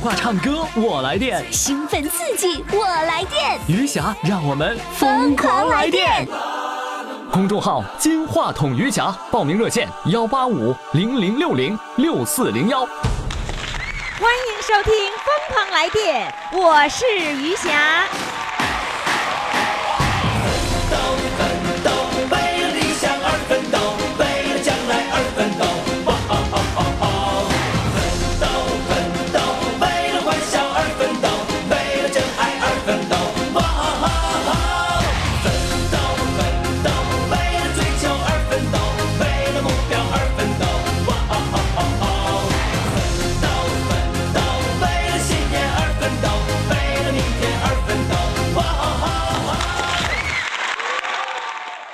话唱歌我来电，兴奋刺激，我来电，余霞让我们疯狂来电！公众号“金话筒余霞”，报名热线：幺八五零零六零六四零幺。欢迎收听《疯狂来电》，我是余霞。奋斗，奋斗，为了理想而奋斗，为了将来而奋斗，哇哦哦哦哦！奋斗，奋斗，为了欢笑而奋斗，为了真爱而奋斗，哇哦哦哦！奋斗，奋斗，为了追求而奋斗，为了目标而奋斗，哇哦哦哦哦！奋斗，奋斗，为了信念而奋斗，为了明天而奋斗，哇哦哦哦！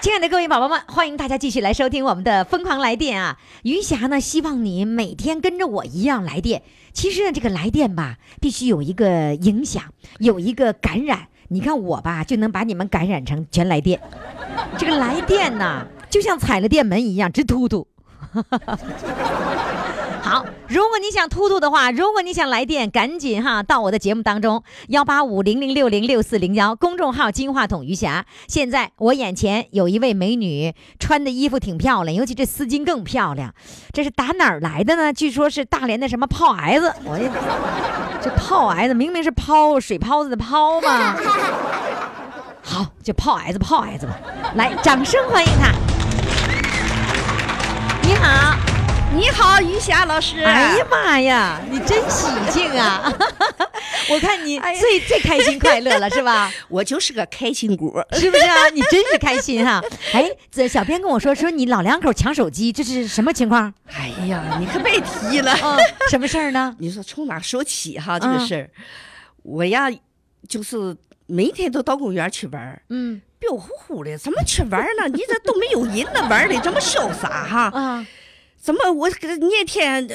亲爱的各位宝宝们，欢迎大家继续来收听我们的《疯狂来电》啊！余霞呢，希望你每天跟着我一样来电。其实呢，这个来电吧，必须有一个影响，有一个感染。你看我吧，就能把你们感染成全来电。这个来电呐，就像踩了电门一样，直突突。好，如果你想突突的话，如果你想来电，赶紧哈到我的节目当中，幺八五零零六零六四零幺，公众号金话筒余霞。现在我眼前有一位美女，穿的衣服挺漂亮，尤其这丝巾更漂亮。这是打哪儿来的呢？据说是大连的什么炮癌子，我也这炮癌子明明是抛水泡子的抛嘛。好，就炮癌子，炮癌子吧。来，掌声欢迎她。你好。你好，余霞老师。 哎呀妈呀，你真喜庆啊！ 我看你最、最开心快乐了是 吧？我就是个开心果。是不是啊？你真是开心哈、 哎，这小编跟我说说你老两口抢手机，这是什么情况？哎呀，你可别提了。嗯，什么事儿呢？你说从哪说起哈？这个嗯事儿，我呀，就是每天都到公园去玩儿， 嗯彪呼呼的，怎么去玩儿呢？你这都没有人呢，玩的这么潇洒哈？啊，怎么我这个那天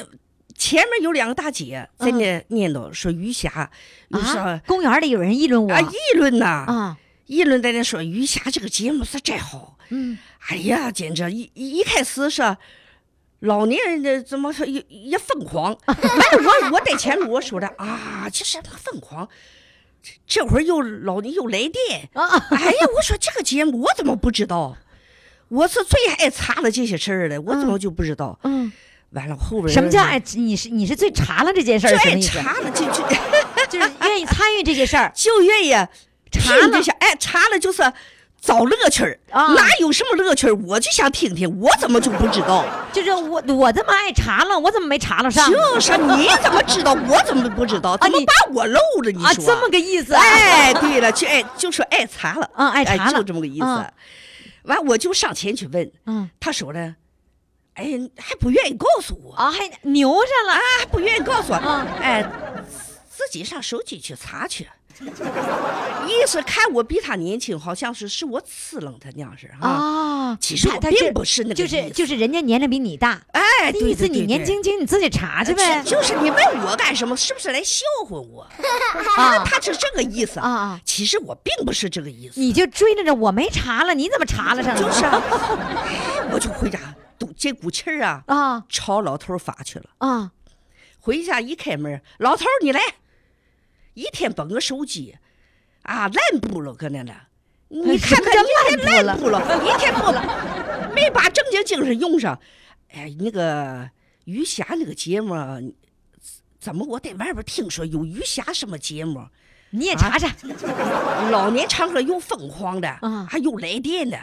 前面有两个大姐在那念叨说余霞，又说嗯啊，公园里有人议论我啊议论呐，啊，议论在那说余霞这个节目是真好。嗯哎呀，简直一一一开始是老年人的怎么说也也疯狂，完了我我在前面我 说的啊，这什么疯狂？这这会儿又老又来电，啊，哎呀，我说这个节目我怎么不知道？我是最爱查了这些事儿的，我怎么就不知道？嗯，完了后边什么叫爱？你是你是最查了这件事最儿，什么爱意思？查了？就就。就是愿意参与这些事儿就愿意查听了这些，哎，查了就是找乐趣儿，啊哪有什么乐趣儿？我就想听听，我怎么就不知道？就是我我这么爱查了，我怎么没查了上？啊就是你怎么知道？我怎么不知道？怎么你把我漏了？你说、啊，这么个意思啊。哎，对了，就爱就说爱查了，哎嗯爱查了就这么个意思。嗯完，我就上前去问，嗯他说呢，哎，还不愿意告诉我，啊，还牛上了啊，还不愿意告诉我，嗯哎，自己上手机去查去。意思看我比他年轻，好像是是我刺楞他那样式啊。啊！其实他我他并不是那个就意是思就是人家年龄比你大，哎，那对意思对对你年对轻轻你自己查去呗就就是你问我干什么？是不是来笑话我？啊！他是这个意思啊啊其实我并不是这个意思，你就追着着我没查了，你怎么查了上了？就是啊，我就回家，都这股气儿啊，啊朝老头儿发去了。啊回家一开门，老头儿你来，一天捧个手机，啊，烂布了搁那呢。你看看，什一么叫天烂烂布了，一天不了，没把正经精神用上。哎，那个余霞那个节目啊，怎么我在外边听说有余霞什么节目？你啊也查查老年唱歌又疯狂的，啊还有来电的，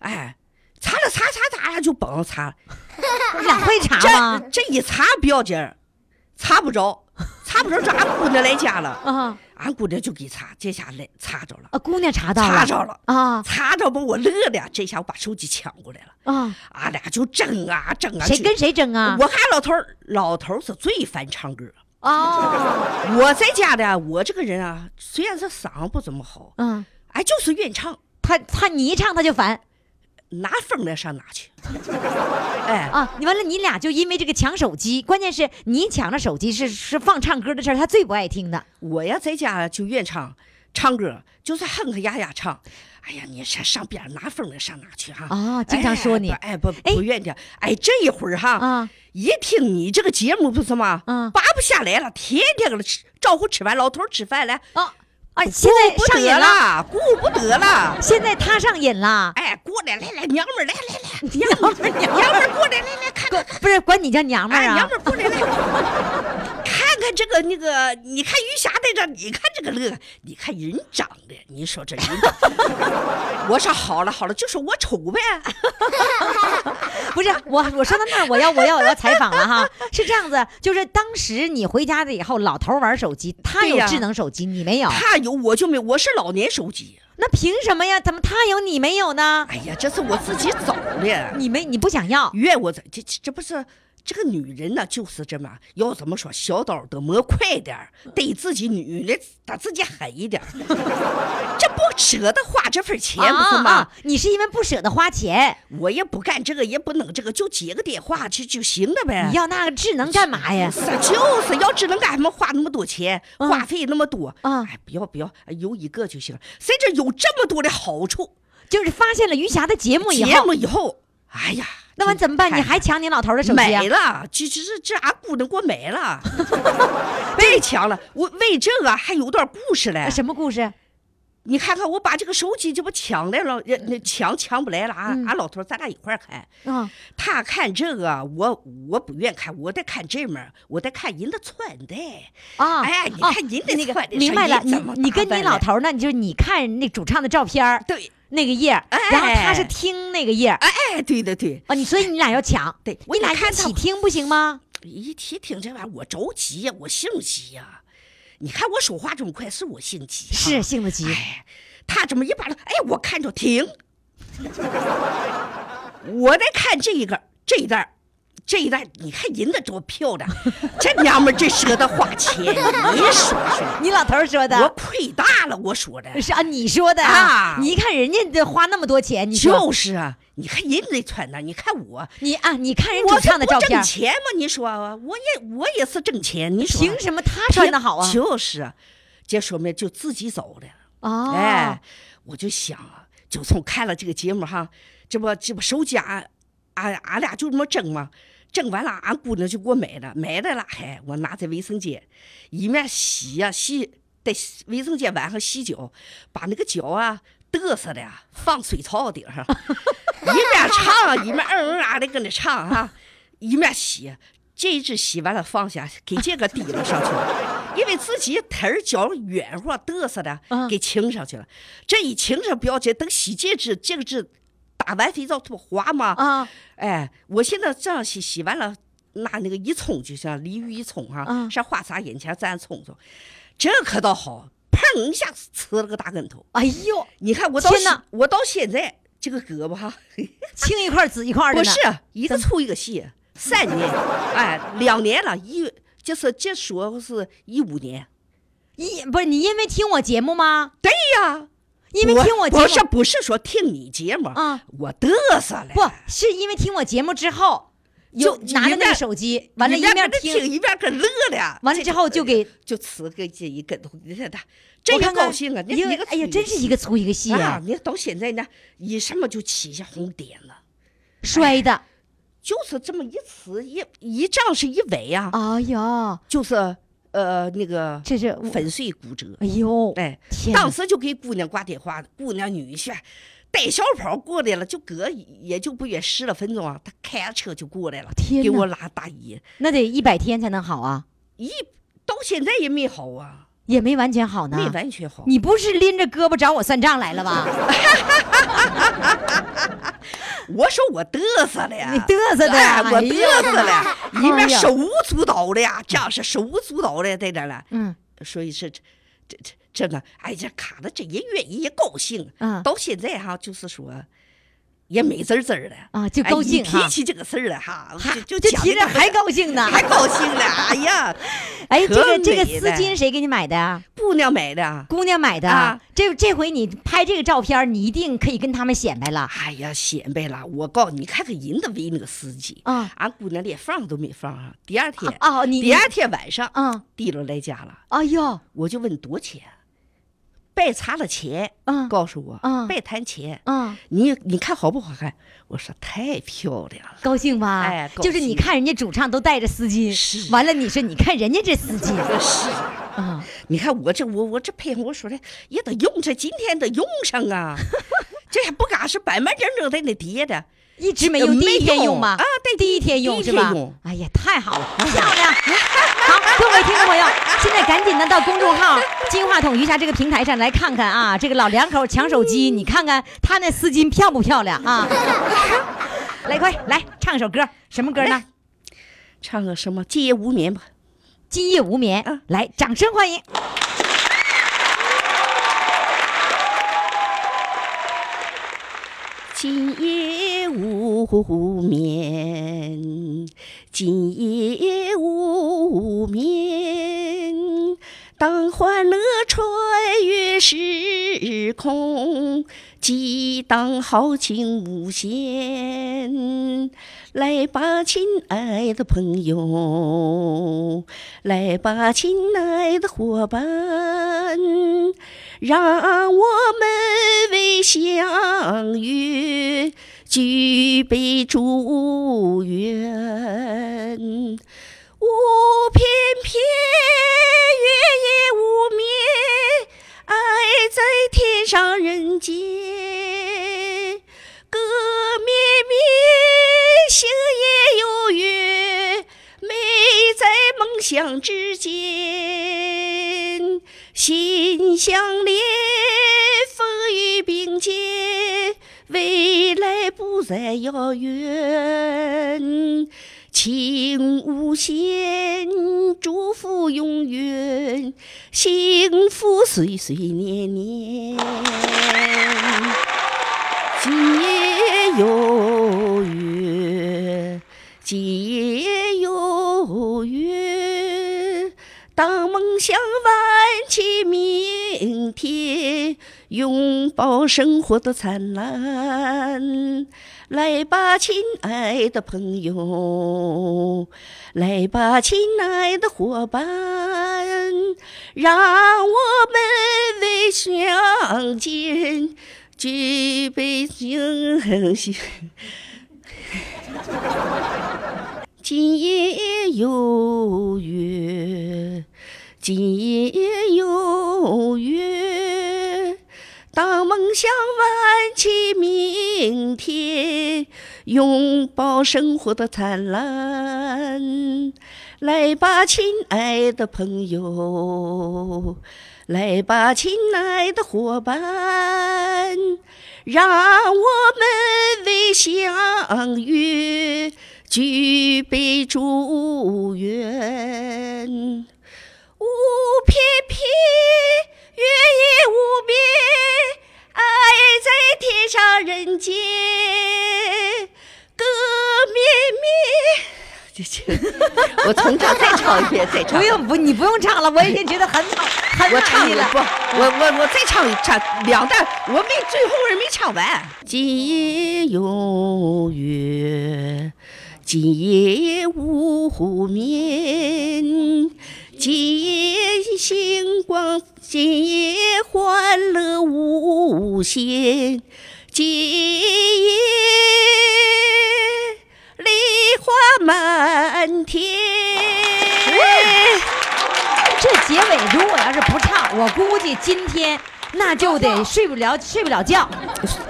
哎，查了查查查了就甭查了，你俩会查啊吗？这这一查不要紧儿，查不着，查不着，这俺姑娘来家了，啊俺姑娘就给查，这下来查着了，啊！姑娘查到了，查着了，啊查着把我乐的，这下我把手机抢过来了，啊！俺俩就争啊争啊，谁这跟谁争啊？我看老头儿老头儿是最烦唱歌， 哦，我在家的，我这个人啊，虽然是嗓子不怎么好，嗯，哎，就是愿意唱。他他你一唱他就烦拿风来上哪去？ 哎，啊！你完了，你俩就因为这个抢手机，关键是你抢了手机是是放唱歌的事儿，他最不爱听的。我呀在家就愿唱，唱歌就是哼哼呀呀唱。哎呀，你上上边儿拿风的上哪去哈？哦经常说你哎不哎哎不不愿意的，哎这一会儿哈，啊一听你这个节目不是吗？嗯拔不下来了，天天搁那吃，招呼吃饭，老头儿吃饭来，哦啊，现在哎顾不上得瘾了，了，顾不得了。现在他上瘾了。 哎，过来，来来，娘们儿，来来来，娘们儿，娘们儿，过来，来来，看看，不是管你叫娘们哎，儿娘啊们，儿，过来，来， 看看这个那个，你看于霞在这，你看这个乐，你看人长得，你说这人长得，我说好了好了，就说我丑呗，啊不是我，我说到那儿，我要我要我要采访了哈。 是这样子，就是当时你回家了以后，老头儿玩手机，他对有呀智能手机，你没有，他有我就没有，我是老年手机，那凭什么呀？怎么他有你没有呢？哎呀，这是我自己找的，你没你不想要，怨我这这这这不是。这个女人呢，就是这么要怎么说，小刀得磨快点儿，得自己女的打自己狠一点儿，这不舍得花这份钱不是吗？啊啊你是因为不舍得花钱，我也不干这个，也不弄这个，就接个电话就就行了呗。你要那个智能干嘛呀？是啊就是要智能干什么？花那么多钱，嗯话费那么多，嗯哎，不要不要，哎有一个就行。谁知有这么多的好处？就是发现了余霞的节目以节后，目以后，哎呀，那完这怎么办？太你还抢你老头儿的手机啊买？了，这这这这俺姑娘给我 买了，太强了！我为这个还有段故事嘞啊。什么故哎事？你看看，我把这个手机这不抢来了，呃那抢抢不来了，俺嗯俺老头儿咱俩一块儿看。嗯，他看这个，我我不愿看，我得看这门儿，我得看人的穿戴。啊，哎呀你哦看您得那个穿的明白了，上衣你怎么你打跟你扮老的头儿呢，你就是你看那主唱的照片儿对，那个页儿，然后他是哎听那个页儿哎，对对对，啊，你所以你俩要抢，对我你俩得看一起到听不行吗？一提听这玩意儿，我着急呀，我性急呀。你看我说话这么快，是我性急、啊。是，性子急，哎，他这么一把了，哎，我看着停，我得看这个这一段儿。这一段儿，你看人家多漂亮，这娘们儿真舍得花钱，你说 说，你老头儿说我的，亏大了，我说的。是啊，你说的啊你一看人家这花那么多钱，你说就是啊，你看人得穿呐，你看我，你啊，你看人主我唱的这照不片挣儿，钱吗？你说啊，我也我也是挣钱，你说啊凭什么他穿的好啊凭？就是啊，这说明就自己走的。哦，哎，我就想啊，就从看了这个节目哈，这不这不手机俺俺俺俩就这么争嘛，争完了俺姑娘就给我买了，买来了，嘿，我拿在卫生间，一面洗呀、洗，在洗卫生间晚上洗脚，把那个脚啊嘚瑟的啊放水槽顶上，一面唱啊一面嗯嗯啊的跟那唱啊，一面洗。这一只洗完了放下，给这个提了上去了，因为自己腿儿脚软和嘚瑟的嗯，给请上去了。这一请上不要紧，等洗这只这个只打完肥皂它不滑吗？啊，哎，我现在这样洗洗完了，拿那个一冲就像鲤鱼一冲哈、嗯上花洒眼前咱冲冲，这可倒好，砰一下子呲了个大跟头。哎呦，你看我到天现哪我到现在这个胳膊哈，青一块儿紫一块儿的不呢是一个粗一个细，三年，哎，两年了，一就是这说是一五年。一不是你因为听我节目吗？对呀，因为听我节不是目不是说听你节目啊，我嘚瑟了。不是因为听我节目之后，有就拿着一那个面手机，完了一一面跟着听，一面跟乐了，完了之后就给就呲个这一跟头，你看他真我看有看高兴啊！你一你个个哎呀，真是一个粗一个细啊呀！，你到现在呢，一什么就起下红点了，摔的，就是这么一呲一一仗是一尾啊，哎呀，就是呃那个这是粉碎骨折。哎呦，哎，天哪当时就给姑娘挂电话，姑娘女婿带小跑过来了，就隔也就不远十来分钟啊，他开着车就过来了，天给哪我拉大姨，那得一百天才能好啊，一到现在也没好啊，也没完全好呢没。完全好。你不是拎着胳膊找我算账来了 吧？我说我嘚瑟了呀，你嘚瑟的哎我哎嘚呀瑟了，一哎面呀手舞足蹈的呀，这样是手舞足蹈的在这儿了。嗯，所以是这这这这呢，哎，这卡的这也愿意也高兴，嗯到现在哈，就是说。也美滋滋的啊就高兴哎哈一提起这个事儿了哈，还就就讲提这着个事儿还高兴呢。还高兴了，哎呀，哎，这个可这个美丝了巾谁给你买的啊？姑娘买的，姑娘买的。啊这这回你拍这个照片儿，你一定可以跟他们显摆了。哎呀，显摆了。我告诉你，看看人家围那个司机啊俺姑娘连放都没放啊。第二天，哦，你第二天晚上，啊，地了来家了，哎呦，我就问多少钱，别查了钱，嗯告诉我，嗯别谈钱，嗯，你你看好不好看？我说太漂亮了，高兴吧？哎高就是你兴看人家主唱都带着丝巾，是完了你说你看人家这丝 巾，是。啊，你看我这我我这配合，我说的也得用上，今天得用上啊， 这还不嘎是板板正正在那叠的，一直没用，没第一天用用吧？啊对第一天用第一是天吧用？哎呀，太好了，漂亮！ 好，各位听众朋友，现在赶紧的到公众号“金话筒余霞”这个平台上来看看啊，这个老两口抢手机，你看看他那丝巾漂不漂亮啊？ 来，快来唱首歌，什么歌呢来？唱个什么《今夜无眠》吧。今夜无眠嗯，来，掌声欢迎！今夜无眠，今夜无眠。当欢乐穿越时空，激荡豪情无限。来吧，亲爱的朋友，来吧，亲爱的伙伴，让我们为相约举杯祝愿。无偏偏，月夜无眠，爱在天上人间。歌绵绵，星夜有月，美在梦想之间。心相连，风雨并肩，未来不再遥远。情无限，祝福永远，幸福岁岁年年。今夜有月，今夜有月，当梦想挽起明天，拥抱生活的灿烂。来吧，亲爱的朋友，来吧，亲爱的伙伴，让我们为相见。举杯敬喜。今夜有月，今夜有月，当梦想挽起明天，拥抱生活的灿烂。来吧，亲爱的朋友，来吧，亲爱的伙伴，让我们为相约举杯祝愿。无偏偏，月夜无边，爱在天上人间，歌绵绵。 这这，我从这儿再唱一遍，再唱不。用不，你不用唱了，我已经觉得很好，很 我唱满一意个了不，。我我我再唱一唱两段，我没最后人没唱完。今夜有月，今夜无眠，今夜星光，今夜欢乐无限，今夜梨花满天。这结尾如果要是不唱，我估计今天那就得睡不了，睡不了觉，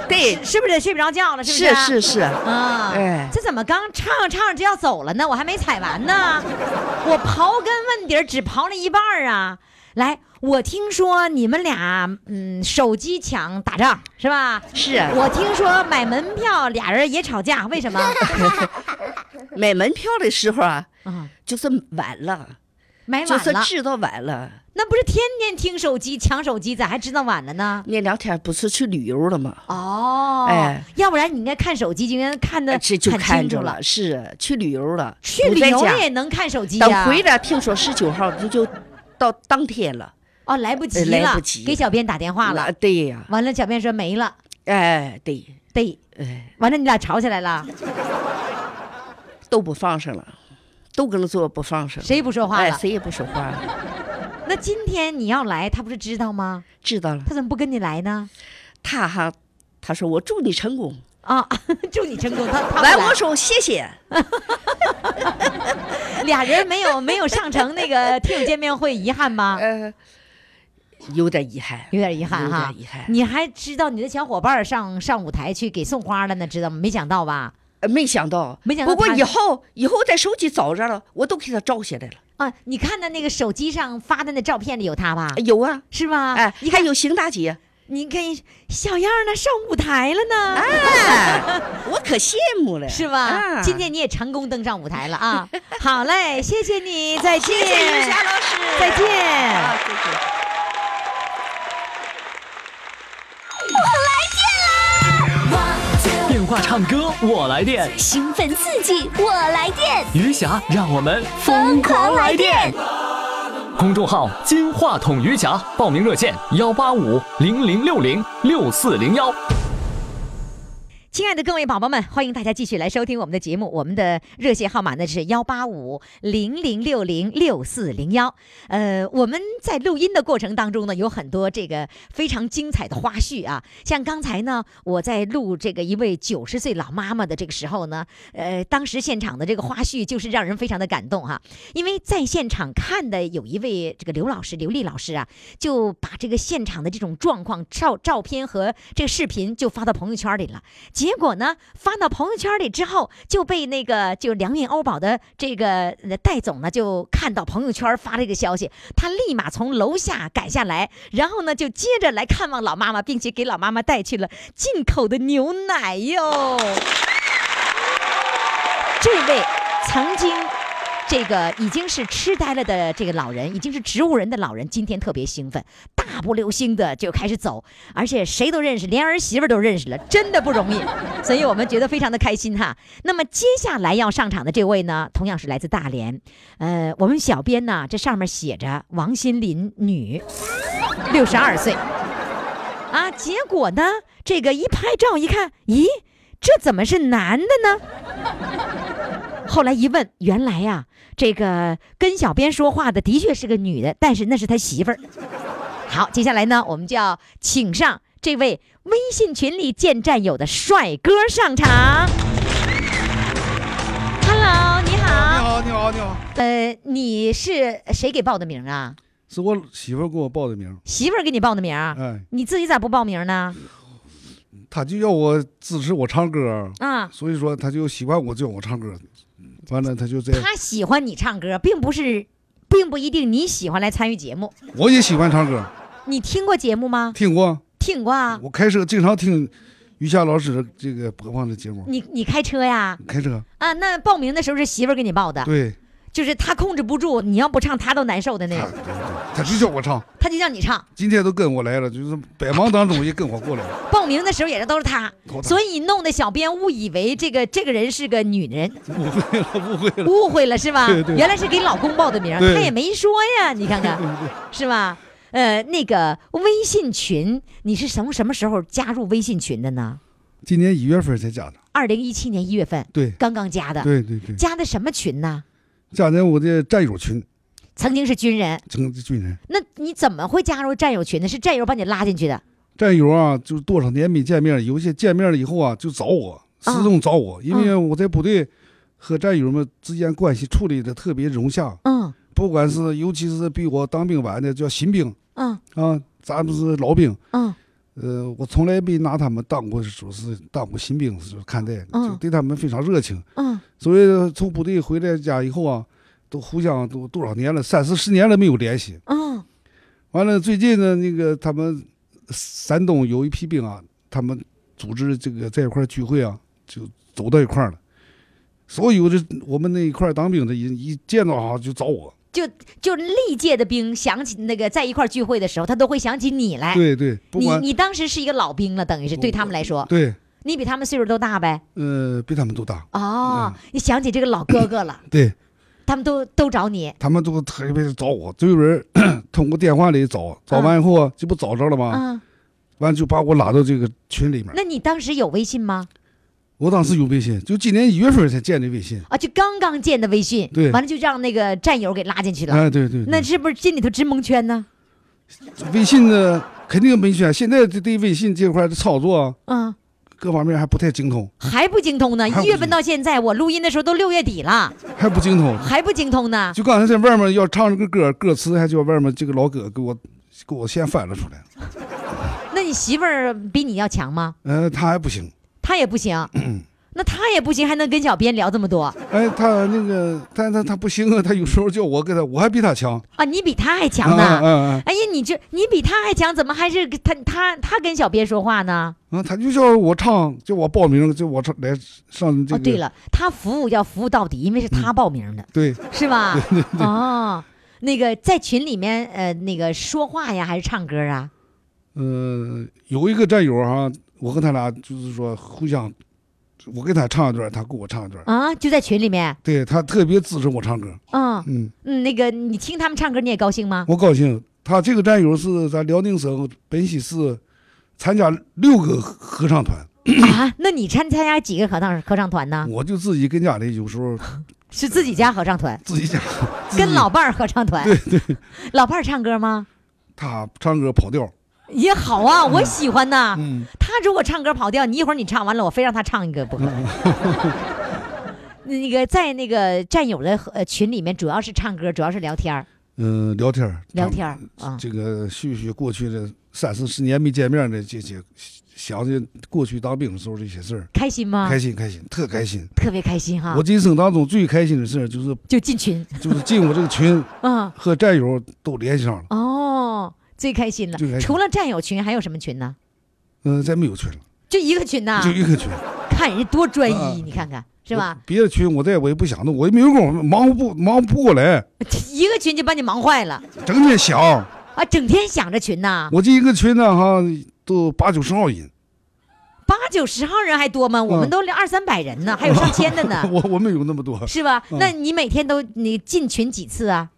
对，是不是得睡不着觉了？是不是是？是是，啊，哎这怎么刚唱着唱着就要走了呢？我还没踩完呢，我刨根问底儿只刨了一半儿啊！来，我听说你们俩嗯手机抢打仗是吧？是啊我听说买门票俩人也吵架，为什么？ 买门票的时候啊，啊，就是晚了，买就哎晚是了，知道晚了。那不是天天听手机抢手机，咋还知道晚了呢？那两天不是去旅游了吗？哦，哎要不然你应该看手机，就应该看的这就哎看清楚着。了，是去旅游了，去不旅在游家了也能看手机呀、啊等回来，听说十九号就就到当天了，哦，来不及呃了，来不及给小编打电话了那。对呀，完了，小编说没了，哎对，对，哎完了你俩吵起来 了，都不放上了，都跟那坐不放上了，谁也不说话哎了。谁也不说话了，那今天你要来，他不是知道吗？知道了，他怎么不跟你来呢？他哈，他说我祝你成功。啊， 祝你成功！他他不啊完，来我说谢谢。俩人没有没有上成那个 听友见面会，遗憾吗？呃，有点遗憾，有点遗憾哈，有点遗憾你还知道你的小伙伴上上舞台去给送花了呢，知道吗？没想到吧？呃没想到，没想到不过他以后以后在手机找着了，我都给他照下来了。啊，你看的那个手机上发的那照片里有他吧哎？有啊，是吧？哎，你还看，有邢大姐，你看小样儿呢，上舞台了呢，啊哎，我可羡慕了，是吧、啊今天你也成功登上舞台了啊！ 好嘞，谢谢你，再见，谢谢于霞老师，再见。啊，谢谢。电话唱歌我来电，兴奋刺激，我来电！余霞让我们疯狂来电。公众号“金话筒余霞”，报名热线：幺八五零零六零六四零幺。亲爱的各位宝宝们，欢迎大家继续来收听我们的节目。我们的热线号码呢是幺八五零零六零六四零幺。呃，我们在录音的过程当中呢，有很多这个非常精彩的花絮啊。像刚才呢，我在录这个一位九十岁老妈妈的这个时候呢，呃，当时现场的这个花絮就是让人非常的感动哈、因为在现场看的有一位这个刘老师刘丽老师啊，就把这个现场的这种状况照照片和这个视频就发到朋友圈里了。结果呢，发到朋友圈里之后，就被那个就良运欧宝的这个呃戴总呢，就看到朋友圈发这个消息，他立马从楼下赶下来，然后呢就接着来看望老妈妈，并且给老妈妈带去了进口的牛奶哟。这位曾经。这个已经是痴呆了的这个老人，已经是植物人的老人，今天特别兴奋，大步流星的就开始走，而且谁都认识，连儿媳妇都认识了，真的不容易，所以我们觉得非常的开心哈。那么接下来要上场的这位呢，同样是来自大连，呃，我们小编呢，这上面写着王心凌女，六十二岁，啊，结果呢，这个一拍照一看，咦，这怎么是男的呢？后来一问，原来呀、这个跟小编说话的的确是个女的，但是那是他媳妇儿。好，接下来呢，我们就要请上这位微信群里见战友的帅哥上场。Hello，你你好。好，你好，你好，呃，你是谁给报的名啊？是我媳妇儿给我报的名儿，媳妇儿给你报的名儿，哎，你自己咋不报名呢？她就要我支持我唱歌儿，啊，所以说她就喜欢我，就要我唱歌儿，完了她就在，他喜欢你唱歌，并不是，并不一定你喜欢来参与节目。我也喜欢唱歌儿，你听过节目吗？听过，听过啊。我开车经常听于霞老师的这个播放的节目，你你啊开车呀？开车，啊，那报名的时候是媳妇儿给你报的，对，就是她控制不住，你要不唱她都难受的那她种，对对她就叫我唱，她就让你唱。今天都跟我来了，就是百忙当中也跟我过来了，报名的时候也是都是她，头疼所以弄得小编误以为这个这个人是个女人，误会了，误会了，误会了是吧？对对原来是给老公报的名，对她也没说呀，你看看是吧？呃，那个微信群，你是从什么时候加入微信群的呢？今年一月份才加的，二零一七年一月份对，刚刚加的，对对对，加的什么群呢？加在我的战友群，曾经是军人，成军人。那你怎么会加入战友群呢？是战友把你拉进去的？战友啊，就是多少年没见面，有些见面了以后啊，就找我，始终找我，因啊为我在部队和战友们之间关系处理的特别融洽，嗯不管是尤其是比我当兵晚的叫新兵嗯啊，咱们是老兵，嗯呃，我从来没拿他们当过说是当过新兵是看待，嗯就对他们非常热情，嗯所以从部队回来家以后啊，都互相都多少年了，三四十年了没有联系，嗯完了，最近呢，那个他们山东有一批兵啊，他们组织这个在一块儿聚会啊，就走到一块儿了。所有的我们那一块儿当兵的一一见到啊就找我，就就历届的兵想起那个在一块儿聚会的时候，他都会想起你来。对对，不哎你管你当时是一个老兵了，等于是我对他们来说，对，你比他们岁数都大呗。呃，比他们都大，哦，嗯你想起这个老哥哥了，对他们都都找你。他们都特别找我，就有人 通过电话里找，找完以后啊，这不找着了吗？嗯，完就把我拉到这个群里面，那你当时有微信吗？我当时有微信，就今年一月份才建的微信。啊，就刚刚建的微信，对完了就让那个战友给拉进去了，哎，对对，对那是不是心里头直蒙圈呢？微信呢肯定没啊选，现在这对微信这块的操作啊嗯，各方面还不太精通，还不精通呢，还不一月份到现在，我录音的时候都六月底 了，还不精通。还不精通呢。就刚才在外面要唱这个歌，歌词还叫外面这个老哥给我给我先翻了出来，那你媳妇儿比你要强吗？呃，他还不行，她也不 行，那她也不行，还能跟小编聊这么多哎，他那个，但他他不行啊，他有时候叫我给他，我还比他强，啊？你比她还强呢。啊啊啊哎呀，你这你比她还强，怎么还是跟她她她跟小编说话呢？啊，他就叫我唱，叫我报名，叫我唱来上这哦，对个，嗯了，她服务要服务到底，因为是她报名的， 对是吧？哦，那个在群里面呃，那个说话呀，还是唱歌啊？呃，有一个战友哈、我和他俩就是说互相，我给他唱一段，他给我唱一段，啊，就在群里面。对他特别支持我唱歌，嗯嗯，嗯，那个你听他们唱歌，你也高兴 吗？我高兴。他这个战友是咱辽宁省本溪市参加六个合唱团，啊，那你参参加几个合唱合唱团呢？我就自己跟家里有时候是自己家合唱团，自 己家自己跟老伴儿合唱团。对对， 老伴儿唱歌吗？他唱歌跑调，也好啊，我喜欢呐。嗯他如果唱歌跑调，你一会儿你唱完了，我非让他唱一个不可。嗯 那个在那个战友的呃群里面，主要是唱歌，主要是聊天儿，嗯、聊天儿聊他天儿啊。这个叙叙过去的三四十年没见面的这些，想起过去当兵的时候这些事儿，开心吗？开心开心，特开心。特别开心哈我，这一生当中最开心的事儿就是就进群，就是进我这个群嗯，和战友都联系上了，哦，最开心了最开。心除了战友群，还有什么群呢？嗯、再没有群了，就一个群呐就，一个群，看人家多专啊一，你看看是吧？我？别的群我再我也不想弄，我也没有功夫，忙活不忙活不过来，一个群就把你忙坏了整天想，啊！整天想着群呐、我这一个群呢哈都八九十号人，八九十号人还多啊吗？我们都二三百人呢，还有上千的呢， 我我没有那么多， 是吧？那你每天都你进群几次啊？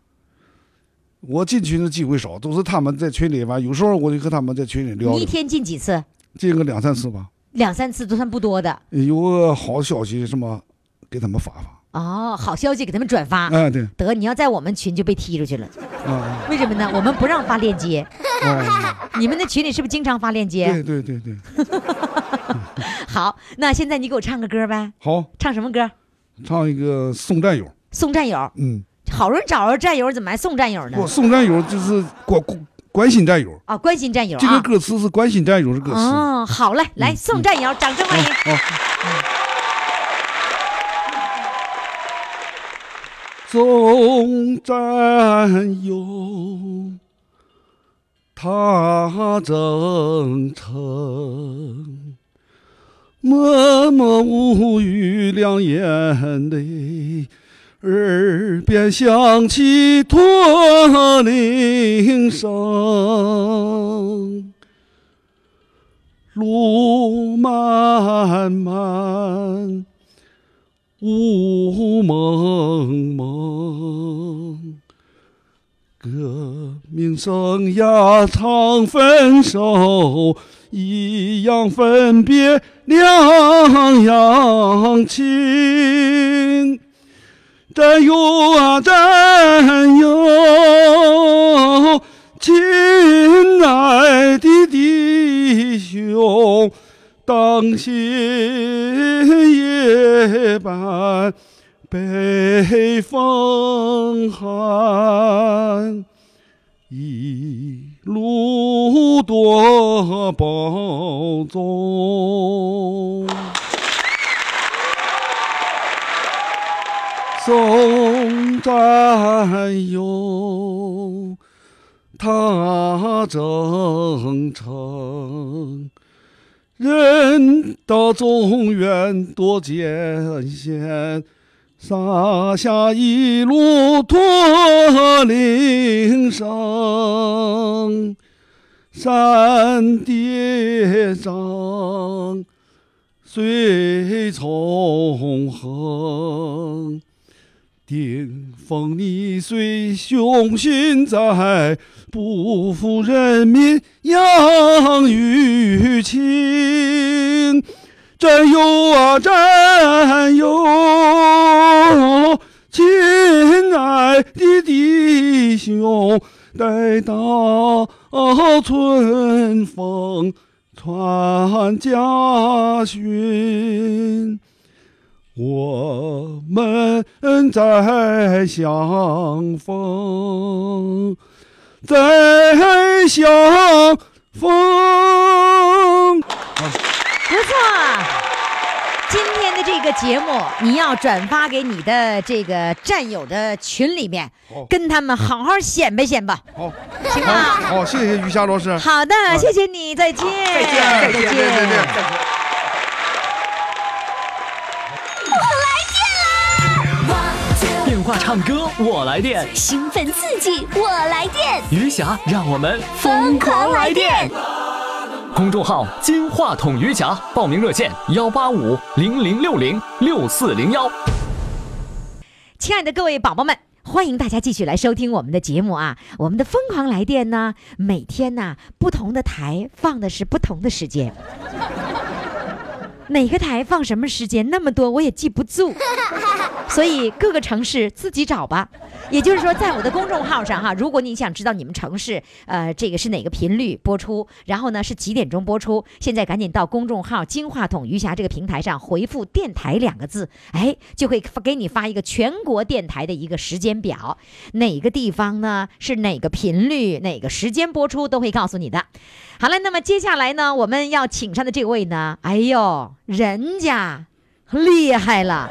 我进群的机会少，都是他们在群里吧，有时候我就和他们在群里聊你一聊，天进几次？进个两三次吧，两三次都算不多的有个好消息什么给他们发发，哦。好消息给他们转发，哎对，得你要在我们群就被踢出去了，啊为什么呢？我们不让发链接，啊啊，你们那群里是不是经常发链接？对对对对，好，那现在你给我唱个歌呗，好，唱什么歌？唱一个送战友，送战友，嗯，好容易找着战友，怎么还送战友呢我？送战友就是关关关心战友。啊，关心战友这个啊！歌词是关心战友的歌词。嗯哦，好嘞，来送战友，掌声欢迎。纵战友，他征程，默默无语，两眼泪。耳边响起驼铃声，路漫漫，雾蒙蒙，革命生涯常分手，一样分别两样情。战友啊，战友，亲爱的弟兄，当心夜半北风寒，一路多保重。送战友，他征程。人到中原多艰险，洒下一路驼铃声。山叠嶂，水纵横。顶风逆水，雄心在，不负人民养育情。战友啊，战友，亲爱的弟兄，待到春风传家训，我们再相逢，再相逢。不错。今天的这个节目，你要转发给你的这个战友的群里面，哦跟他们好好显摆显摆。好，行好，吧好，谢谢于霞老师。好的，谢谢你，再见，再嗯再见，再见。电话唱歌我来电，兴奋刺激，我来电，余霞让我们疯狂来电！公众号“金话筒余霞”，报名热线：幺八五零零六零六四零幺。亲爱的各位宝宝们，欢迎大家继续来收听我们的节目啊！我们的疯狂来电呢，每天呐、不同的台放的是不同的时间，哪个台放什么时间那么多我也记不住，所以各个城市自己找吧。也就是说，在我的公众号上哈、如果你想知道你们城市呃这个是哪个频率播出，然后呢是几点钟播出，现在赶紧到公众号“金话筒余霞”这个平台上回复“电台”两个字，哎，就会发给你发一个全国电台的一个时间表，哪个地方呢是哪个频率、哪个时间播出都会告诉你的。好了，那么接下来呢，我们要请上的这位呢，哎呦，人家厉害了，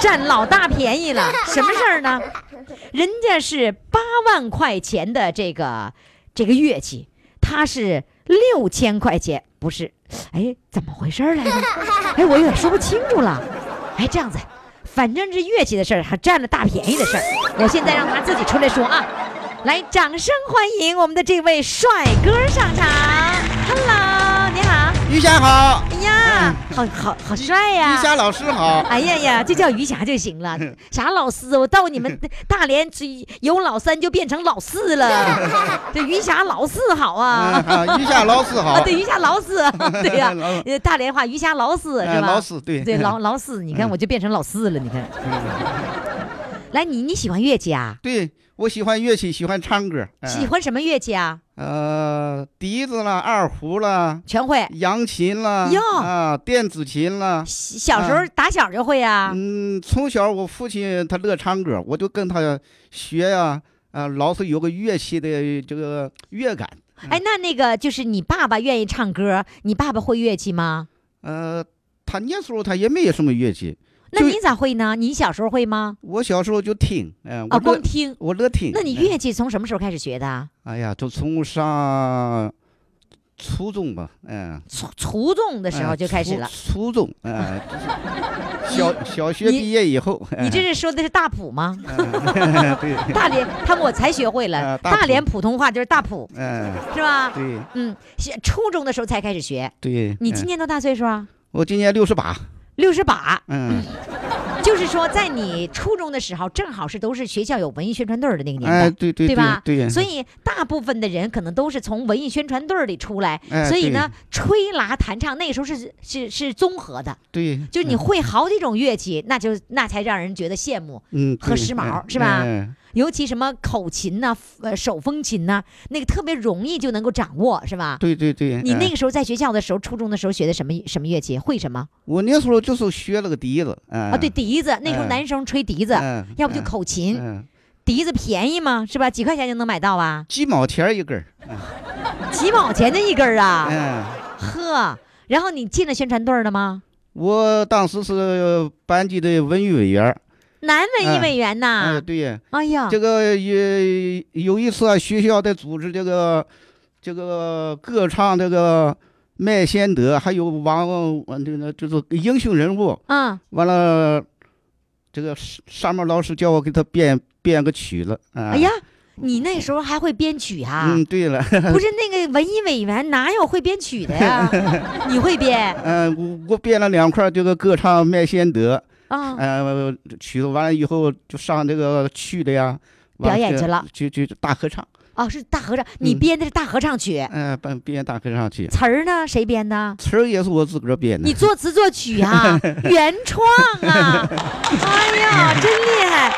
占老大便 宜了，什么事儿呢？人家是八万块钱的这个这个乐器，他是六千块钱，不是？哎，怎么回事儿来着？哎，我有点说不清楚了。哎，这样子，反正这乐器的事儿还占了大便宜的事儿，我现在让他自己出来说啊。来，掌声欢迎我们的这位帅哥上场。Hello，你好。于霞好，哎呀，好好好帅呀、于霞嗯老师好，哎呀呀，就叫余霞就行了。啥老师？我到你 们大连只有老三就变成老四了。这余霞老四好啊！嗯啊于霞老四好啊，对，余霞 老四，对呀、老呃大连话余霞老四是吧？呃老四对对老老四，你看我就变成老四了，你看。嗯来，你你喜欢乐器啊？对我喜欢乐器，喜欢唱歌，哎喜欢什么乐器啊？呃笛子啦，二胡啦，全会。扬琴啦，哎哟啊电子琴啦。小时候打小就会啊。嗯，从小我父亲他乐唱歌，我就跟他学呀、啊，老是有个乐器的这个乐感。哎，那那个就是你爸爸愿意唱歌，你爸爸会乐器吗？呃，他那时候他也没有什么乐器，那就你咋会呢？你小时候会吗？我小时候就听，哎、我啊，乐、光听。我乐听。那你哎乐器从什么时候开始学的啊？哎呀，就从上初中吧，嗯，初初中的时候哎就开始初了。初中，哎， 就是小小学你毕业以后，你这哎是说的是大普吗？哎 对，大连，他们我才学会了，啊大大普连普通话就是大普，嗯，是吧？对嗯，是初中的时候才开始学。对。你今嗯年多大岁数啊？我今年六十八，六十把，嗯，就是说在你初中的时候，正好是都是学校有文艺宣传队儿的那个年代。哎，对对吧？对，所以大部分的人可能都是从文艺宣传队儿里出来，哎所以呢，吹拉弹唱那时候是是是综合的，对，嗯就是你会好几种乐器，那就那才让人觉得羡慕。嗯和时髦是吧？对哎尤其什么口琴呐、呃手风琴呐、那个特别容易就能够掌握，是吧？对对对，你那哎个时候在学校的时候，初中的时候学的什么什么乐器？会什么我那时候就是学了个笛子，啊啊？对，笛子。那时候哎男生吹笛子，嗯要不就嗯口琴。嗯，笛子便宜嘛，是吧？几块钱就能买到啊？几毛钱儿一根儿，几毛钱的一根儿啊？哎，呵，然后你进了宣传队儿了吗？我当时是班级的文娱委员儿，男文艺哎委员哎，呐，对呀，哎呀这，个也有一次啊，学校在组织这个这个歌唱这个麦先德，还有王完这个就是英雄人物。嗯，完了，这个上上面老师叫我给他编编个曲子。啊、哎呀，，你那时候还会编曲啊？嗯，对了，不是那个文艺委员哪有会编曲的 呀？你会编嗯、我我编了两块这个歌唱麦先德，啊？呃，曲子完了以后就上这个去的呀，完表演去了就，就就大合唱。哦，是大合唱，你嗯编的是大合唱曲，嗯、编编大合唱曲，词儿呢谁编的？词儿也是我自个儿编 的你。作词作曲啊，原创啊！哎呀，真厉害！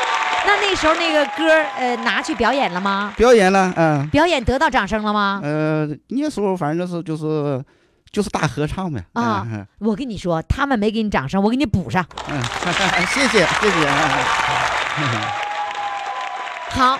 那那时候那个歌儿，呃，拿去表演了吗？表演了，嗯、表演得到掌声了吗？呃，那时候反正是就是就是大合唱呗。啊嗯我跟你说，他们没给你掌声，我给你补上。嗯，谢谢谢谢。啊好，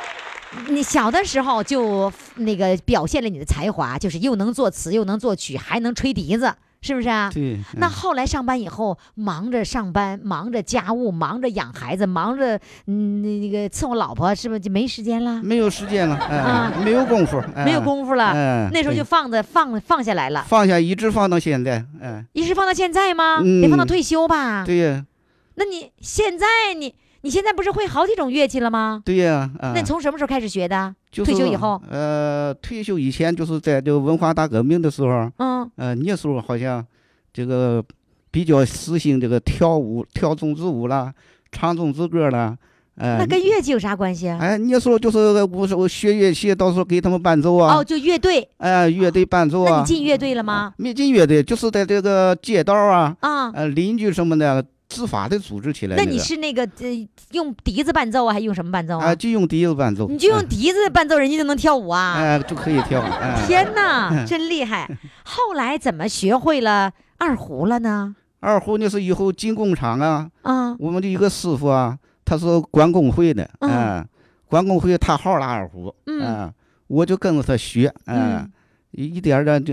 你小的时候就那个表现了你的才华，就是又能作词，又能作曲，还能吹笛子，是不是啊？对，嗯那后来上班以后，忙着上班，忙着家务，忙着养孩子，忙着嗯那那个伺候老婆，是不是就没时间了？没有时间了，哎、啊没有功夫，哎没有功夫了。哎那时候就对放着放放下来了，放下，一直放到现在，哎、一直放到现在吗？嗯得放到退休吧。对呀，那你现在你你现在不是会好几种乐器了吗？对呀，啊、那你从什么时候开始学的？就是退休以后，呃，退休以前就是在这个文化大革命的时候，嗯，呃，那时候好像这个比较实行这个跳舞、跳粽子舞啦、唱粽子歌啦，呃，那跟乐器有啥关系啊？哎，那时候就是我我学乐器，到时候给他们伴奏啊，哦，就乐队。哎，乐队伴奏那你啊，进乐队了吗？没进乐队，就是在这个街道啊，啊，呃，邻居什么的自发的组织起来、那那你个是那个呃用笛子伴奏啊，还用什么伴奏啊，啊？就用笛子伴奏，你就用笛子伴奏，人家就能跳舞嗯哎、啊？哎就可以跳， 哎、 天哪，嗯真厉害！后来怎么学会了二胡了呢？二胡那是以后进工厂啊，啊，我们的一个师傅啊，他是管工会的，嗯哎管工会他好拉二胡，嗯哎我就跟着他学，哎嗯一一点儿的就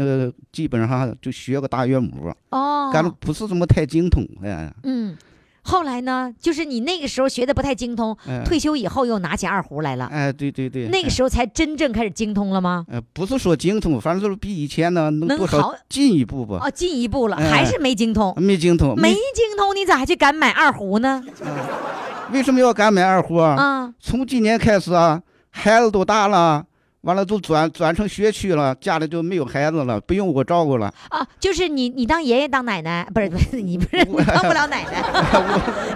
基本上就学个大乐母，哦，干的不是什么太精通，哎，嗯，后来呢，就是你那个时候学的不太精通，哎哦退休以后又拿起二胡来了，哎，对对对，那个哎时候才真正开始精通了吗？呃，不是说精通，反正就是比以前呢能能多好少进一步吧，哦，进一步了，哎还是没精通，嗯没精通，没精通，你咋还去敢买二胡呢？为什么要敢买二胡啊？啊，从今年开始啊，孩子都大了，完了都转转成学区了，家里就没有孩子了，不用我照顾了。啊，就是你，你当爷爷当奶奶，不是不是，你不是你当不了奶 奶，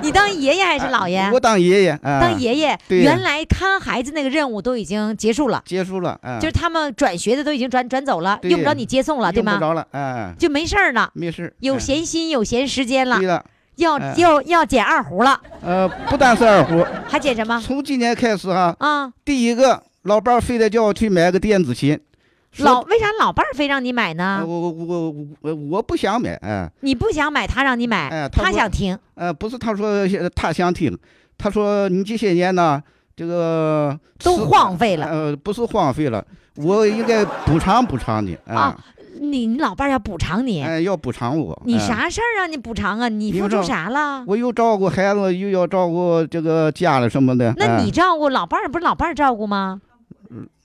你当爷爷还是姥爷我？啊当爷爷，啊、当爷爷，对原来看孩子那个任务都已经结束了，结束了，啊、就是他们转学的都已经转转走了，对用不着你接送了，对用不吗？着了，哎、就没事儿了，没事，有哎、闲心有闲时间了对，了，要哎要要捡二胡了，呃，不单是二胡，还捡什么从今年开始啊，啊？第一个老伴儿非得叫我去买个电子琴，说老啊为啥老伴儿非让你买呃呢？我我我我我不想买，哎、你不想买，他让你买，哎他他说想听，呃，不是他说呃他想听，他说你这些年呢，这个都是荒废了呃，不是荒废了，我应该补偿补偿你啊，啊你你老伴儿要补偿你，哎、要补偿我。你哎啥事儿让你补偿啊？你你付出不知道啥了？我又照顾孩子，又要照顾这个家了什么的。那哎你照顾老伴儿，不是老伴儿照顾吗？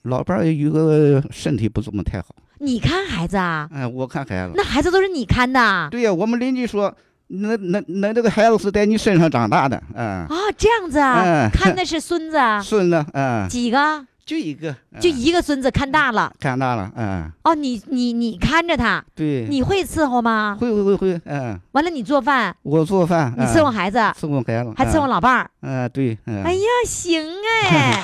老伴儿有个身体不怎么太好，你看孩子啊，哎，我看孩子。那孩子都是你看的啊？对呀、我们邻居说，那那那这个孩子是在你身上长大的，哎，啊，这样子啊，哎看的是孙子 啊，孙子，哎，几个？就一个，哎就一个孙子看大了长大了，哎，哦，你你你看着他，对，你会伺候吗？会会会会，哎，完了，你做饭，我做饭，你哎伺候孩子，伺候孩子，还伺候了，老伴儿。哎，对，哎哎，呀，行 哎，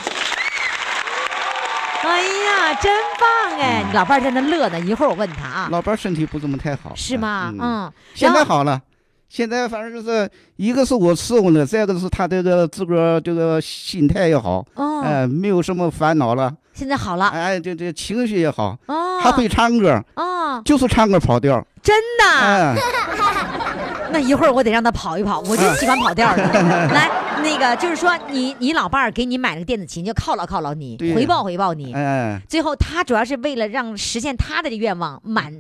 哎呀，真棒哎！老伴儿在那乐呢，一会儿我问他啊，嗯老伴儿身体不怎么太好，是哎吗？嗯，嗯，现然在后好了。现在反正就是一个是我伺候呢，再一个是他这个自个儿这个心态也好，哦，哎，没有什么烦恼了，现在好了哎，这这情绪也呃好，哦，还会唱歌，哦，就是唱歌跑调。真的。哎，那一会儿我得让他跑一跑，我嗯就喜欢跑调儿 的。来，那个就是说，你你老伴儿给你买了个电子琴，就犒劳犒劳你对，呀回报回报你。哎， 最后，他主要是为了让实现他的愿望，满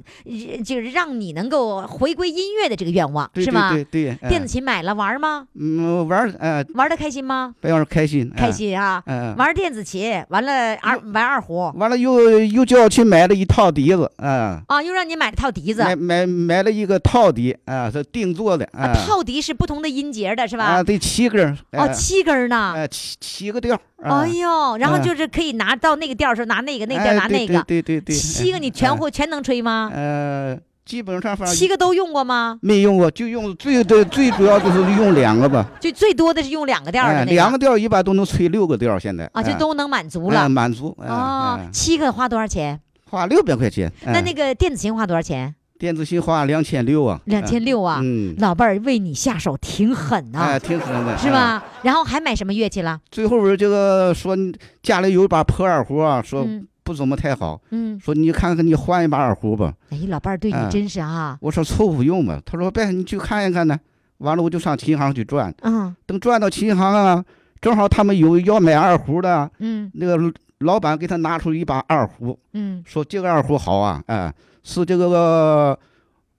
就是让你能够回归音乐的这个愿望，嗯对是对吗？对对，哎电子琴买了玩儿吗？嗯玩儿，哎，玩的开心吗？白要开心，哎嗯开，心啊！哎，玩电子琴，完了二玩二胡完了又又叫我去买了一套笛子，哎，啊，又让你买了套笛子。买啊买买了一个套笛，哎，是定做的，哎，套笛是不同的音节的，是吧啊，？得七根儿，哦，哎七根儿呢。哎，七七个调儿，哎哎呦，然后哎就是可以拿到那个调儿的时候拿那个，那个调儿哎拿那对个。对对对对，七个你全哎会全能吹吗？呃，基本上反七正个都用过吗？没用过，就用最最最主要就是用两个吧，就最多的是用两个调儿哎，的那两个个调儿一般都能吹六个调儿，现在啊，就哎都能满足哎了。满足哎哦哎，七个花多少钱？花六百块钱，那哎那个电子琴花多少钱？电子琴花两千六啊，两千六啊哎，嗯，老伴儿为你下手挺狠哎，呐，挺狠的，是哎吧？然后还买什么乐器了？最后边儿这个说你家里有一把破二胡啊，说嗯不怎么太好，嗯，说你看看你换一把二胡吧。哎，老伴儿对你哎真是啊，我说凑合用吧。他说别，你去看一看呢。完了我就上琴行去转，嗯等转到琴行啊，正好他们有要买二胡的，嗯那个老板给他拿出一把二胡，嗯，说这个二胡好啊，哎、是这个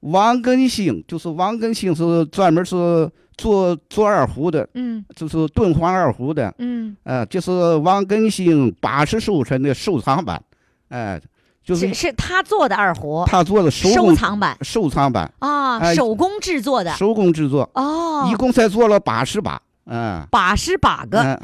王根兴，就是王根兴是专门是做做二胡的，嗯就是敦煌二胡的。嗯，呃，就是王根兴八十寿辰的收藏版，哎、就是是是他做的二胡，他做的手收工藏版收藏版，啊，哎手工制作的手工制作，哦一，共才做了八十把，嗯，把十把个嗯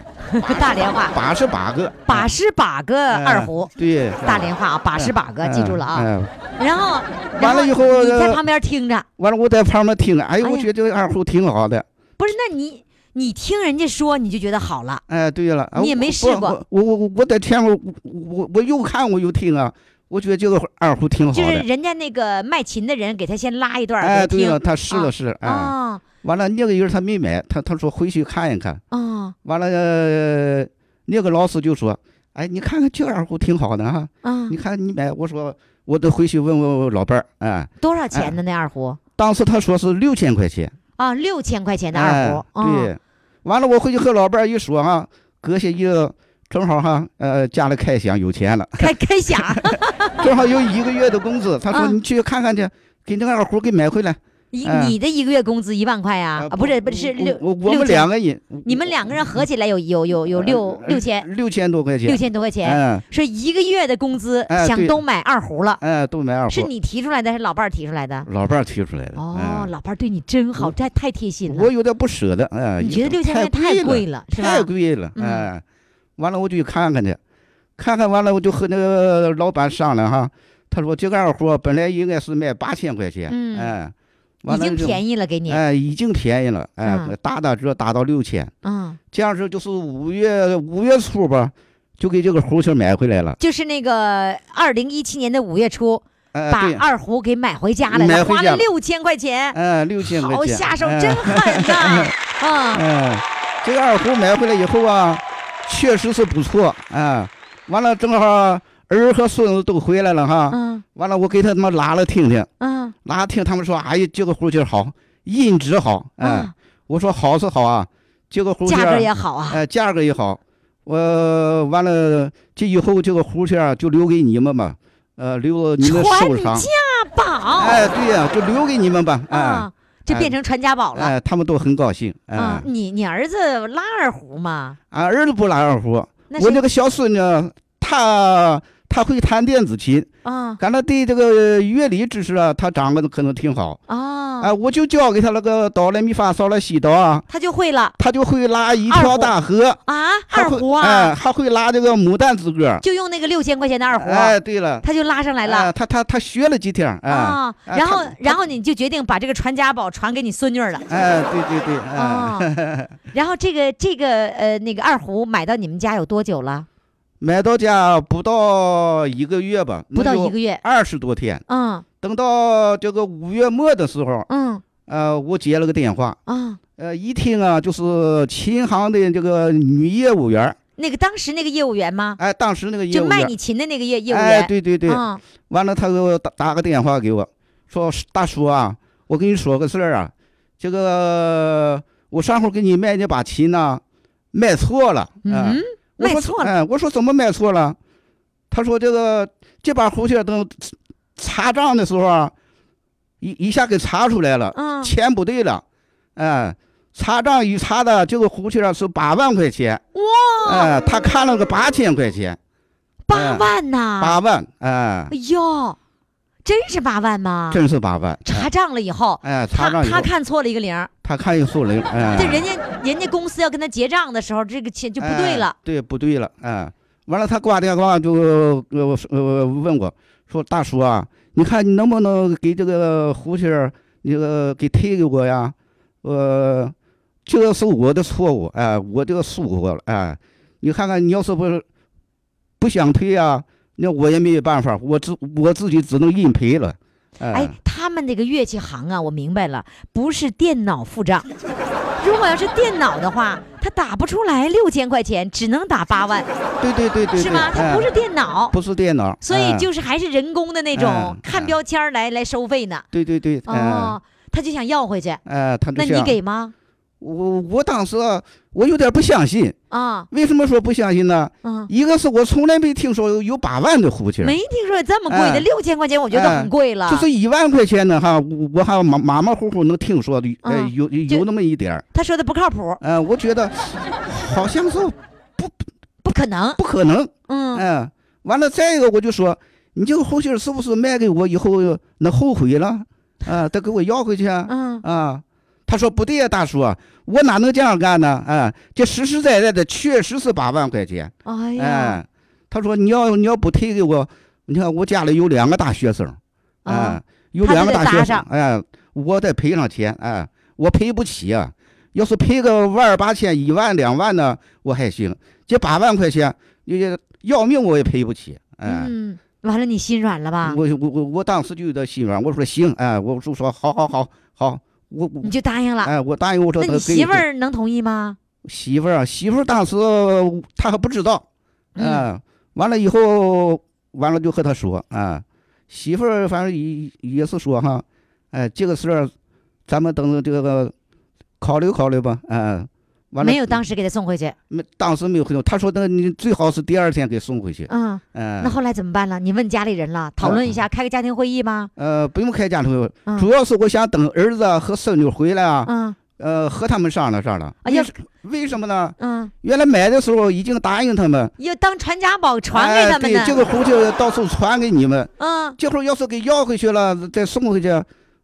大连话，八十八个，把十把个嗯二胡，对，大连话啊，把十把个，嗯记住了啊。嗯然后然完了以后你在呃旁边听着，完了，我在旁边听着，哎呦，哎呀我觉得这个二胡挺好的，不是？那你你听人家说，你就觉得好了。哎，对了，哎你也没我试过我我我我在前面，我我我又看我又听啊，我觉得这个二胡挺好就是的，人家那个卖琴的人给他先拉一段哎，儿给对他了，听。他试啊了试，哎，啊完了那个人他没买，他他说回去看一看。啊完了，呃那个老师就说：“哎，你看看这二胡挺好的哈、啊你！看你买。”我说：“我得回去问问我老伴儿。”哎，多少钱的那二胡当时他说是六千块钱，啊？六千块钱的二胡。哎啊，对，完了我回去和老伴儿一说哈、隔下一个正好哈、呃，家里开箱有钱了开 开 响，正好有一个月的工资。他说：“啊你去看看去，给那个二胡给买回来。一哎呃你的一个月工资一万块呀？啊，不是不是我六，我我六们千两个人，你们两个人合起来有有有有六呃六千六千多块钱，六千多块钱，嗯说一个月的工资哎想对都买二胡了，哎，都买二胡。是你提出来的，还是老伴儿提出来的？老伴儿提出来的。哦嗯，老伴儿对你真好，我这太贴心我了。有点不舍得，哎、你觉得六千块太太贵贵了，了，是吧太？贵了，嗯哎、完了我就去看看去，看看完了我就和那个老板商量哈，他说这个二胡本来应该是卖八千块钱，嗯哎、完已了经就便宜了给你，哎，已经便宜了，哎，嗯打打折打到六千，嗯，这样式就是五月五月初吧，就给这个胡琴买回来了，就是那个二零一七年的五月初，哎，把对，二胡给买回家来买了，回花了家了六千块钱，哎，六千块好钱，下手哎真狠 呐！啊，嗯，这个二胡买回来以后啊，确实是不错啊。完了，正好儿和孙子都回来了哈。嗯完了，我给他们拉了听听，嗯拉了听，他们说：“哎呀，这个胡琴好，音质好。哎”啊，我说：“好是好啊，这个胡琴价儿格也好啊，哎，价格也好。我、完了，这以后这个胡琴儿就留给你们吧，呃，留到你们传啊收藏。家宝哎，对呀、就留给你们吧。哎、啊，这变成传家宝了哎，他们都很高兴。哎，啊！你你儿子拉二胡吗？俺儿子不拉二胡，那我是那个小孙呢，他他会弹电子琴，啊赶他对这个乐理知识啊，他掌握的可能挺好。啊哎、，我就教给他那个哆来咪发嗦来西哆啊，他就会了他就会拉一条大河，啊，还二会胡哎、啊，还会拉这个牡丹之歌。就用那个六千块钱的二胡，哎，对了，他就拉上来了。哎他他他学了几天，哎、啊，哎然他后然后你就决定把这个传家宝传给你孙女儿了。哎，对对对，哎、啊， 然后这个这个呃那个二胡买到你们家有多久了？买到家不到一个月吧，不到一个月，月。二十多天。嗯等到这个五月末的时候，嗯呃，我接了个电话，啊，呃，一听啊，就是琴行的这个女业务员儿，那个当时那个业务员吗？哎，当时那个业就务卖员你琴的那个业业务哎，员。对对对，啊完了，他给我打打个电话给我，说大叔啊，我跟你说个事儿啊，这个我上回给你卖那把琴呢、卖错了，哎嗯，我卖说错了。哎，我说怎么卖错了？他说这个这把胡琴等查账的时候啊，一一下给查出来了，嗯钱不对了，哎，查账一查的这个胡琴儿是八万块钱，哇，哎，他看了个八千块钱，八万呐！八万，哎啊哎，呦，真是八万吗？真是八万，查账了以后，哎，查他账以后他看错了一个零儿，他看一数零，哎，这人家人家公司要跟他结账的时候，这个钱就不对了哎。对，不对了，哎，完了他挂电话就呃呃问我说大叔啊，你看你能不能给这个胡仙儿，那个给推给我呀？呃，这是我的错误，哎，我这个疏忽了，哎，你看看你要是不不想推啊，那我也没有办法，我只我自己只能硬赔了，嗯哎，他们这个乐器行啊，我明白了，不是电脑付账。 如果要是电脑的话，他打不出来六千块钱，只能打八万，对对对对对，是吗？他哎不是电脑，不是电脑，所以哎就是还是人工的那哎种，看哎标签儿来来收费呢。对对对，哎哦，他就想要回去，哎，他就那你想给吗？我，我当时啊我有点不相信，啊，为什么说不相信呢？嗯，一个是我从来没听说有有八万的胡琴儿，没听说有这么贵的，哎六千块钱我觉得哎很贵了。就是一万块钱呢哈，我我还马马马虎虎能听说的，呃，嗯有就有那么一点儿，他说的不靠谱，呃，我觉得好像是不可能。不可能，嗯，嗯，完了再一个我就说，你这个胡琴儿是不是卖给我以后能后悔了？啊，再给我要回去啊？嗯啊，他说不对呀、大叔，啊我哪能这样干呢？啊，这实实在在的确实是八万块钱。哎哎、呀，他说你要你要不退给我，你看我家里有两个大学生，哎、啊，有两个他得大学搭生上，哎、我得赔上钱，哎、我赔不起啊。要是赔个万儿八千、一万、两万呢，我还行。这八万块钱，也要命我也赔不起，哎、嗯，啊完了你心软了吧？我我我我当时就有点心软，我说行，哎、我就说好好好好，我我你就答应了。哎，我答应我说那能你给媳妇儿能同意吗？媳妇儿啊，媳妇儿当时她还不知道，嗯啊、完了以后，完了就和她说啊、媳妇儿反正也也是说哈，哎，这个事儿，咱们等这个考虑考虑吧，啊、完了没有，当时给他送回去。没当时没有回头，她说那你最好是第二天给送回去，嗯，嗯、那后来怎么办了？你问家里人了，讨论一下，开个家庭会议吗？呃，不用开家庭会议，嗯主要是我想等儿子啊和孙女回来啊，嗯呃，和他们商量商量。哎呀为什为什么呢？嗯，原来买的时候已经答应他们，要当传家宝传给他们呢哎、对，。这个壶就到处传给你们。嗯，这会儿要是给要回去了，再送回去，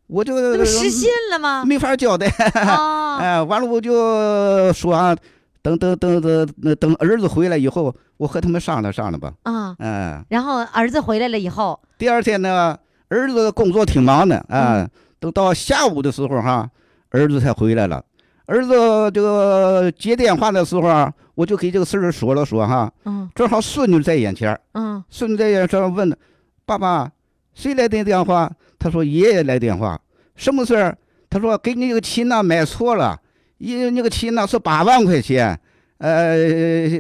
我这那个不失信了吗？没法交代。啊哦， 哎，完了我就说啊，等等等等等儿子回来以后，我和他们商量商量吧。嗯，哎，然后儿子回来了以后，第二天呢，儿子工作挺忙的啊，嗯等到下午的时候哈，儿子才回来了。儿子这个接电话的时候啊，我就给这个事儿说了说哈，嗯正好孙女在眼前儿。嗯，孙子也这样问：“爸爸，谁来的电话？”他说：“爷爷来电话，什么事儿？”他说：“给你那个琴呐买错了，一那个琴呐是八万块钱，呃，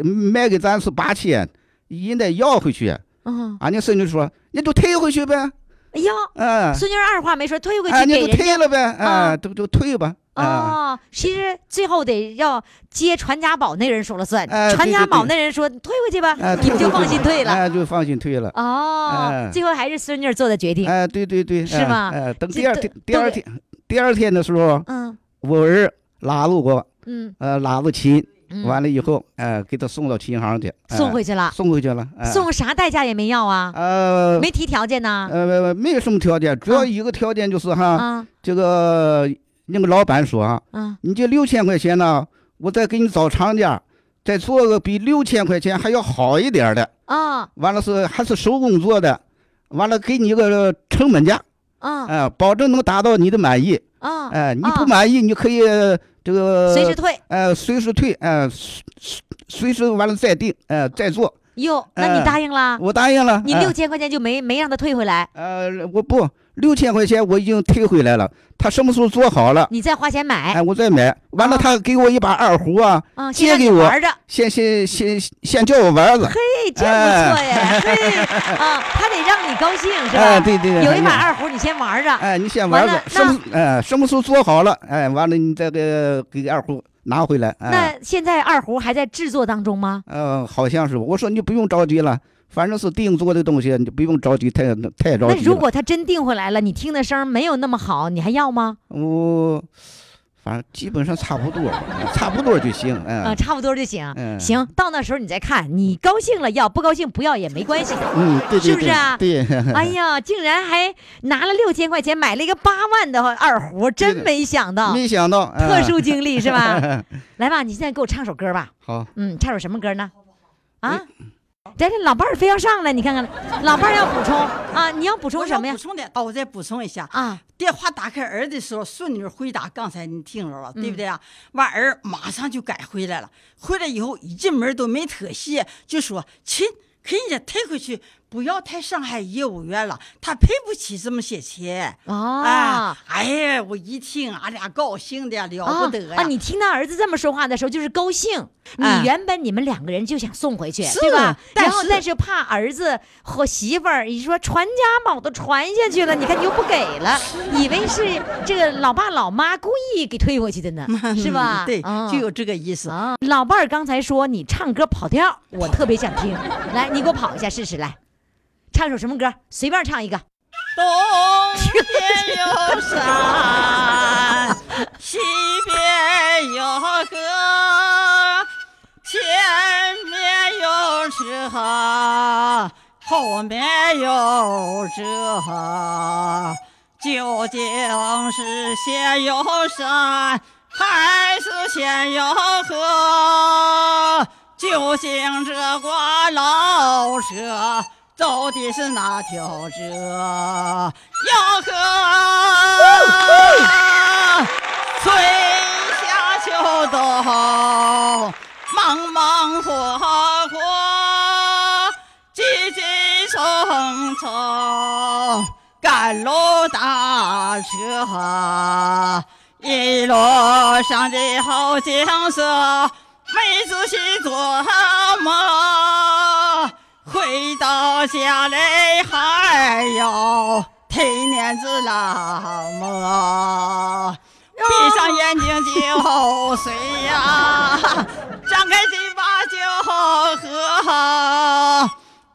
卖给咱是八千，应该要回去。”嗯，俺家孙女说：“你就退回去呗，哎呀，嗯、孙女儿二话没说，退回哎，去你给就人家。退了呗，哎、啊就就退吧，啊、哦，其实最后得要接传家宝那人说了算，哎传家宝对对对那人说退回去吧，哎，你退们回就放去吧心退了。哎，就放心退了，哦哎，最后还是孙女儿做的决定。哎，对对对，是哎吗哎，等这第二都天，第都二得天，第二天的时候，嗯我儿拉着我，嗯呃，拉着琴，嗯，完了以后，哎、给他送到琴行去，哎送回去了，送回去了，哎送啥代价也没要啊，呃没提条件呢。呃没有什么条件，主要一个条件就是哈，啊这个那个老板说啊，啊你这六千块钱呢，我再给你找厂家，再做个比六千块钱还要好一点的，啊完了是还是手工做的，完了给你一个成本价，啊哎、保证能达到你的满意，啊！哎、你不啊满意你可以这个随时退呃，随时退，呃，随随随时完了再定，呃，再做。哟，那你哎答应啦？我答应了。啊你呃六千块钱就没没让他退回来，呃，我不六千块钱我已经退回来了，他什么时候做好了，你再花钱买哎，我再买。完了，啊他给我一把二胡啊，啊，先借让你给我哎玩着，先先先先叫我玩儿子。嘿，这不哎错耶，嘿啊，他得让你高兴是哎，吧？对对对，有一把哎二胡，你先玩着，哎，你先玩儿完了子，什么哎什么时候做好了，哎，完了你再给给二胡拿回来。哎，那现在二胡还在制作当中吗？呃，好像是我说你不用着急了，反正是定做的东西，你不用着急太太着那急了。如果他真订回来了，你听的声儿没有那么好，你还要吗？我反正基本上差不多，差不多就行。啊，哎，差不多就行。嗯行，到那时候你再看，你高兴了要，不高兴不要也没关系的。嗯，对对对，是不是啊对，哎呀，竟然还拿了六千块钱买了一个八万的二胡，真对的没想 到，没想到特。哎殊经历是 吧？来吧，你现在给我唱首歌吧。好，嗯，唱首什么歌呢？啊，但是老伴儿非要上来，你看看，老伴儿要补充啊，你要补充我什么想呀补？充点啊，我再补充一下啊。电话打开儿的时候，顺女回答刚才你听着了，对不对啊？嗯完儿马上就改回来了，回来以后一进门都没特歇，就说亲。给人家退回去，不要太上海业务员了，他赔不起这么些钱。哦哎，哎呀，我一听，俺俩高兴的呀了不得呀！啊！你听他儿子这么说话的时候，就是高兴。你哎原本你们两个人就想送回去，是对吧？但然后是但是怕儿子和媳妇儿，你说传家宝都传下 去了，你看你又不给了，啊以为是这个老爸老妈故意给推回去的 呢，是吧？对，嗯就有这个意思。啊。老伴儿刚才说你唱歌跑调，我特别想听，来，你给我跑一下试试，来，唱首什么歌？随便唱一个。东边有山，西边有河，前面有车，后面有辙。究竟是先有山，还是先有河？究竟这瓜老车走的是哪条辙？要河春夏秋冬，茫茫火火，济济重重，赶路搭车，一路上的好景色，没仔细琢磨。回到家来还要推碾子拉磨，闭上眼睛就睡呀， 张开嘴巴就喝，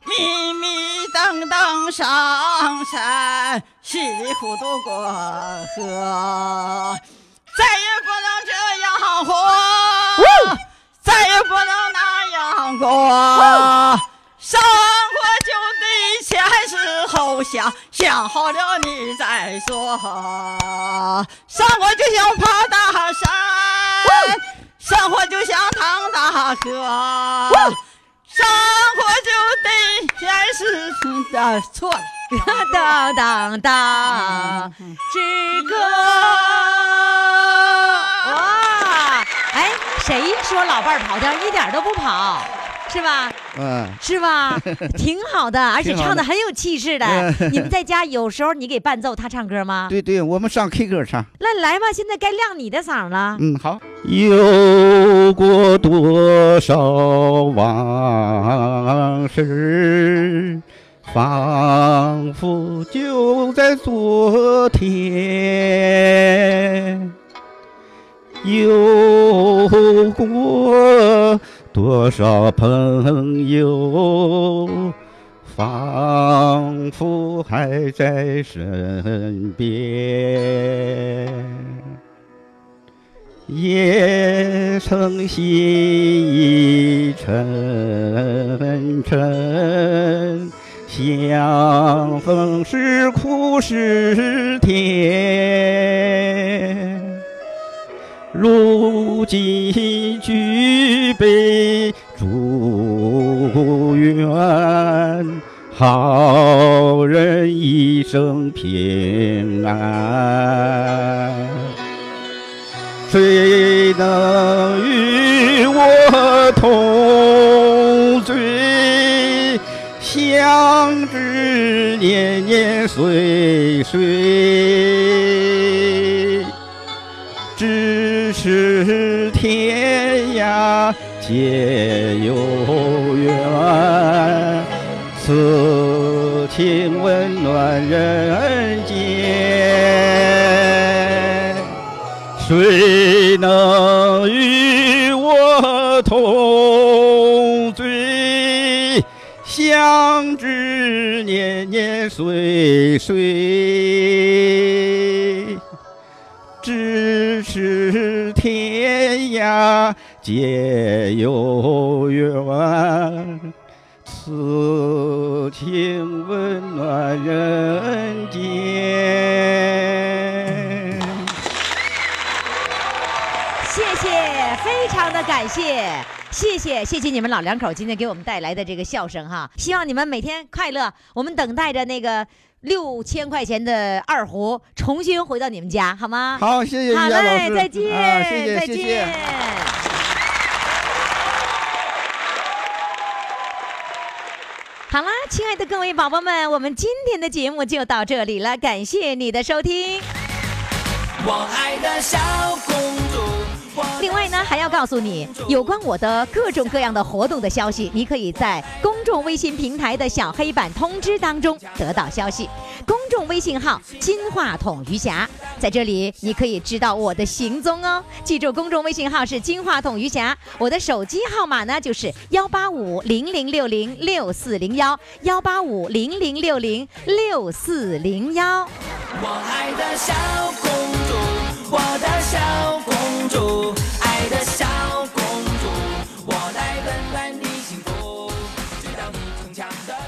迷迷瞪瞪上山，稀里糊涂过河，再也不能这样活。再也不能那样过。生活就得前思后想，想好了你再说。生活就像爬大山，生活就像趟大河，生活就得前思啊，错了。当当当，志哥，哇！哎，谁说老伴儿跑调？一点儿都不跑，是吧？嗯，是吧？挺好的，而且挺好的唱的很有气势的。你们在家有时候你给伴奏他唱歌吗？对对，我们上 K 歌唱，那来吧，现在该亮你的嗓了。嗯，好。有过多少往事，仿佛就在昨天。有过多少朋友，仿佛还在身边。也曾心意沉沉，相逢是苦是甜。如今举杯祝愿，好人一生平安。谁能与我同醉？相知年年岁岁，咫尺天涯皆有缘，此情温暖人间。谁能与我同醉？相知年年岁岁，咫尺天涯皆有缘。此情温暖人间。谢谢，非常的感谢。谢谢谢谢你们老两口今天给我们带来的这个笑声哈，希望你们每天快乐。我们等待着那个六千块钱的二胡重新回到你们家，好吗？好，谢谢于好洋老嘞，师，再见，啊，谢谢，再谢见。谢。好啦，亲爱的各位宝宝们，我们今天的节目就到这里了，感谢你的收听。我爱的小公主。我另外呢，还要告诉你有关我的各种各样的活动的消息，你可以在公众微信平台的小黑板通知当中得到消息。公众微信号“金话筒余霞”，在这里你可以知道我的行踪哦。记住，公众微信号是“金话筒余霞”，我的手机号码呢就是幺八五零零六零六四零幺幺八五零零六零六四零幺。我爱的小公主，我的小公主，爱的小公主，我来温暖你幸福，直到你逞强的。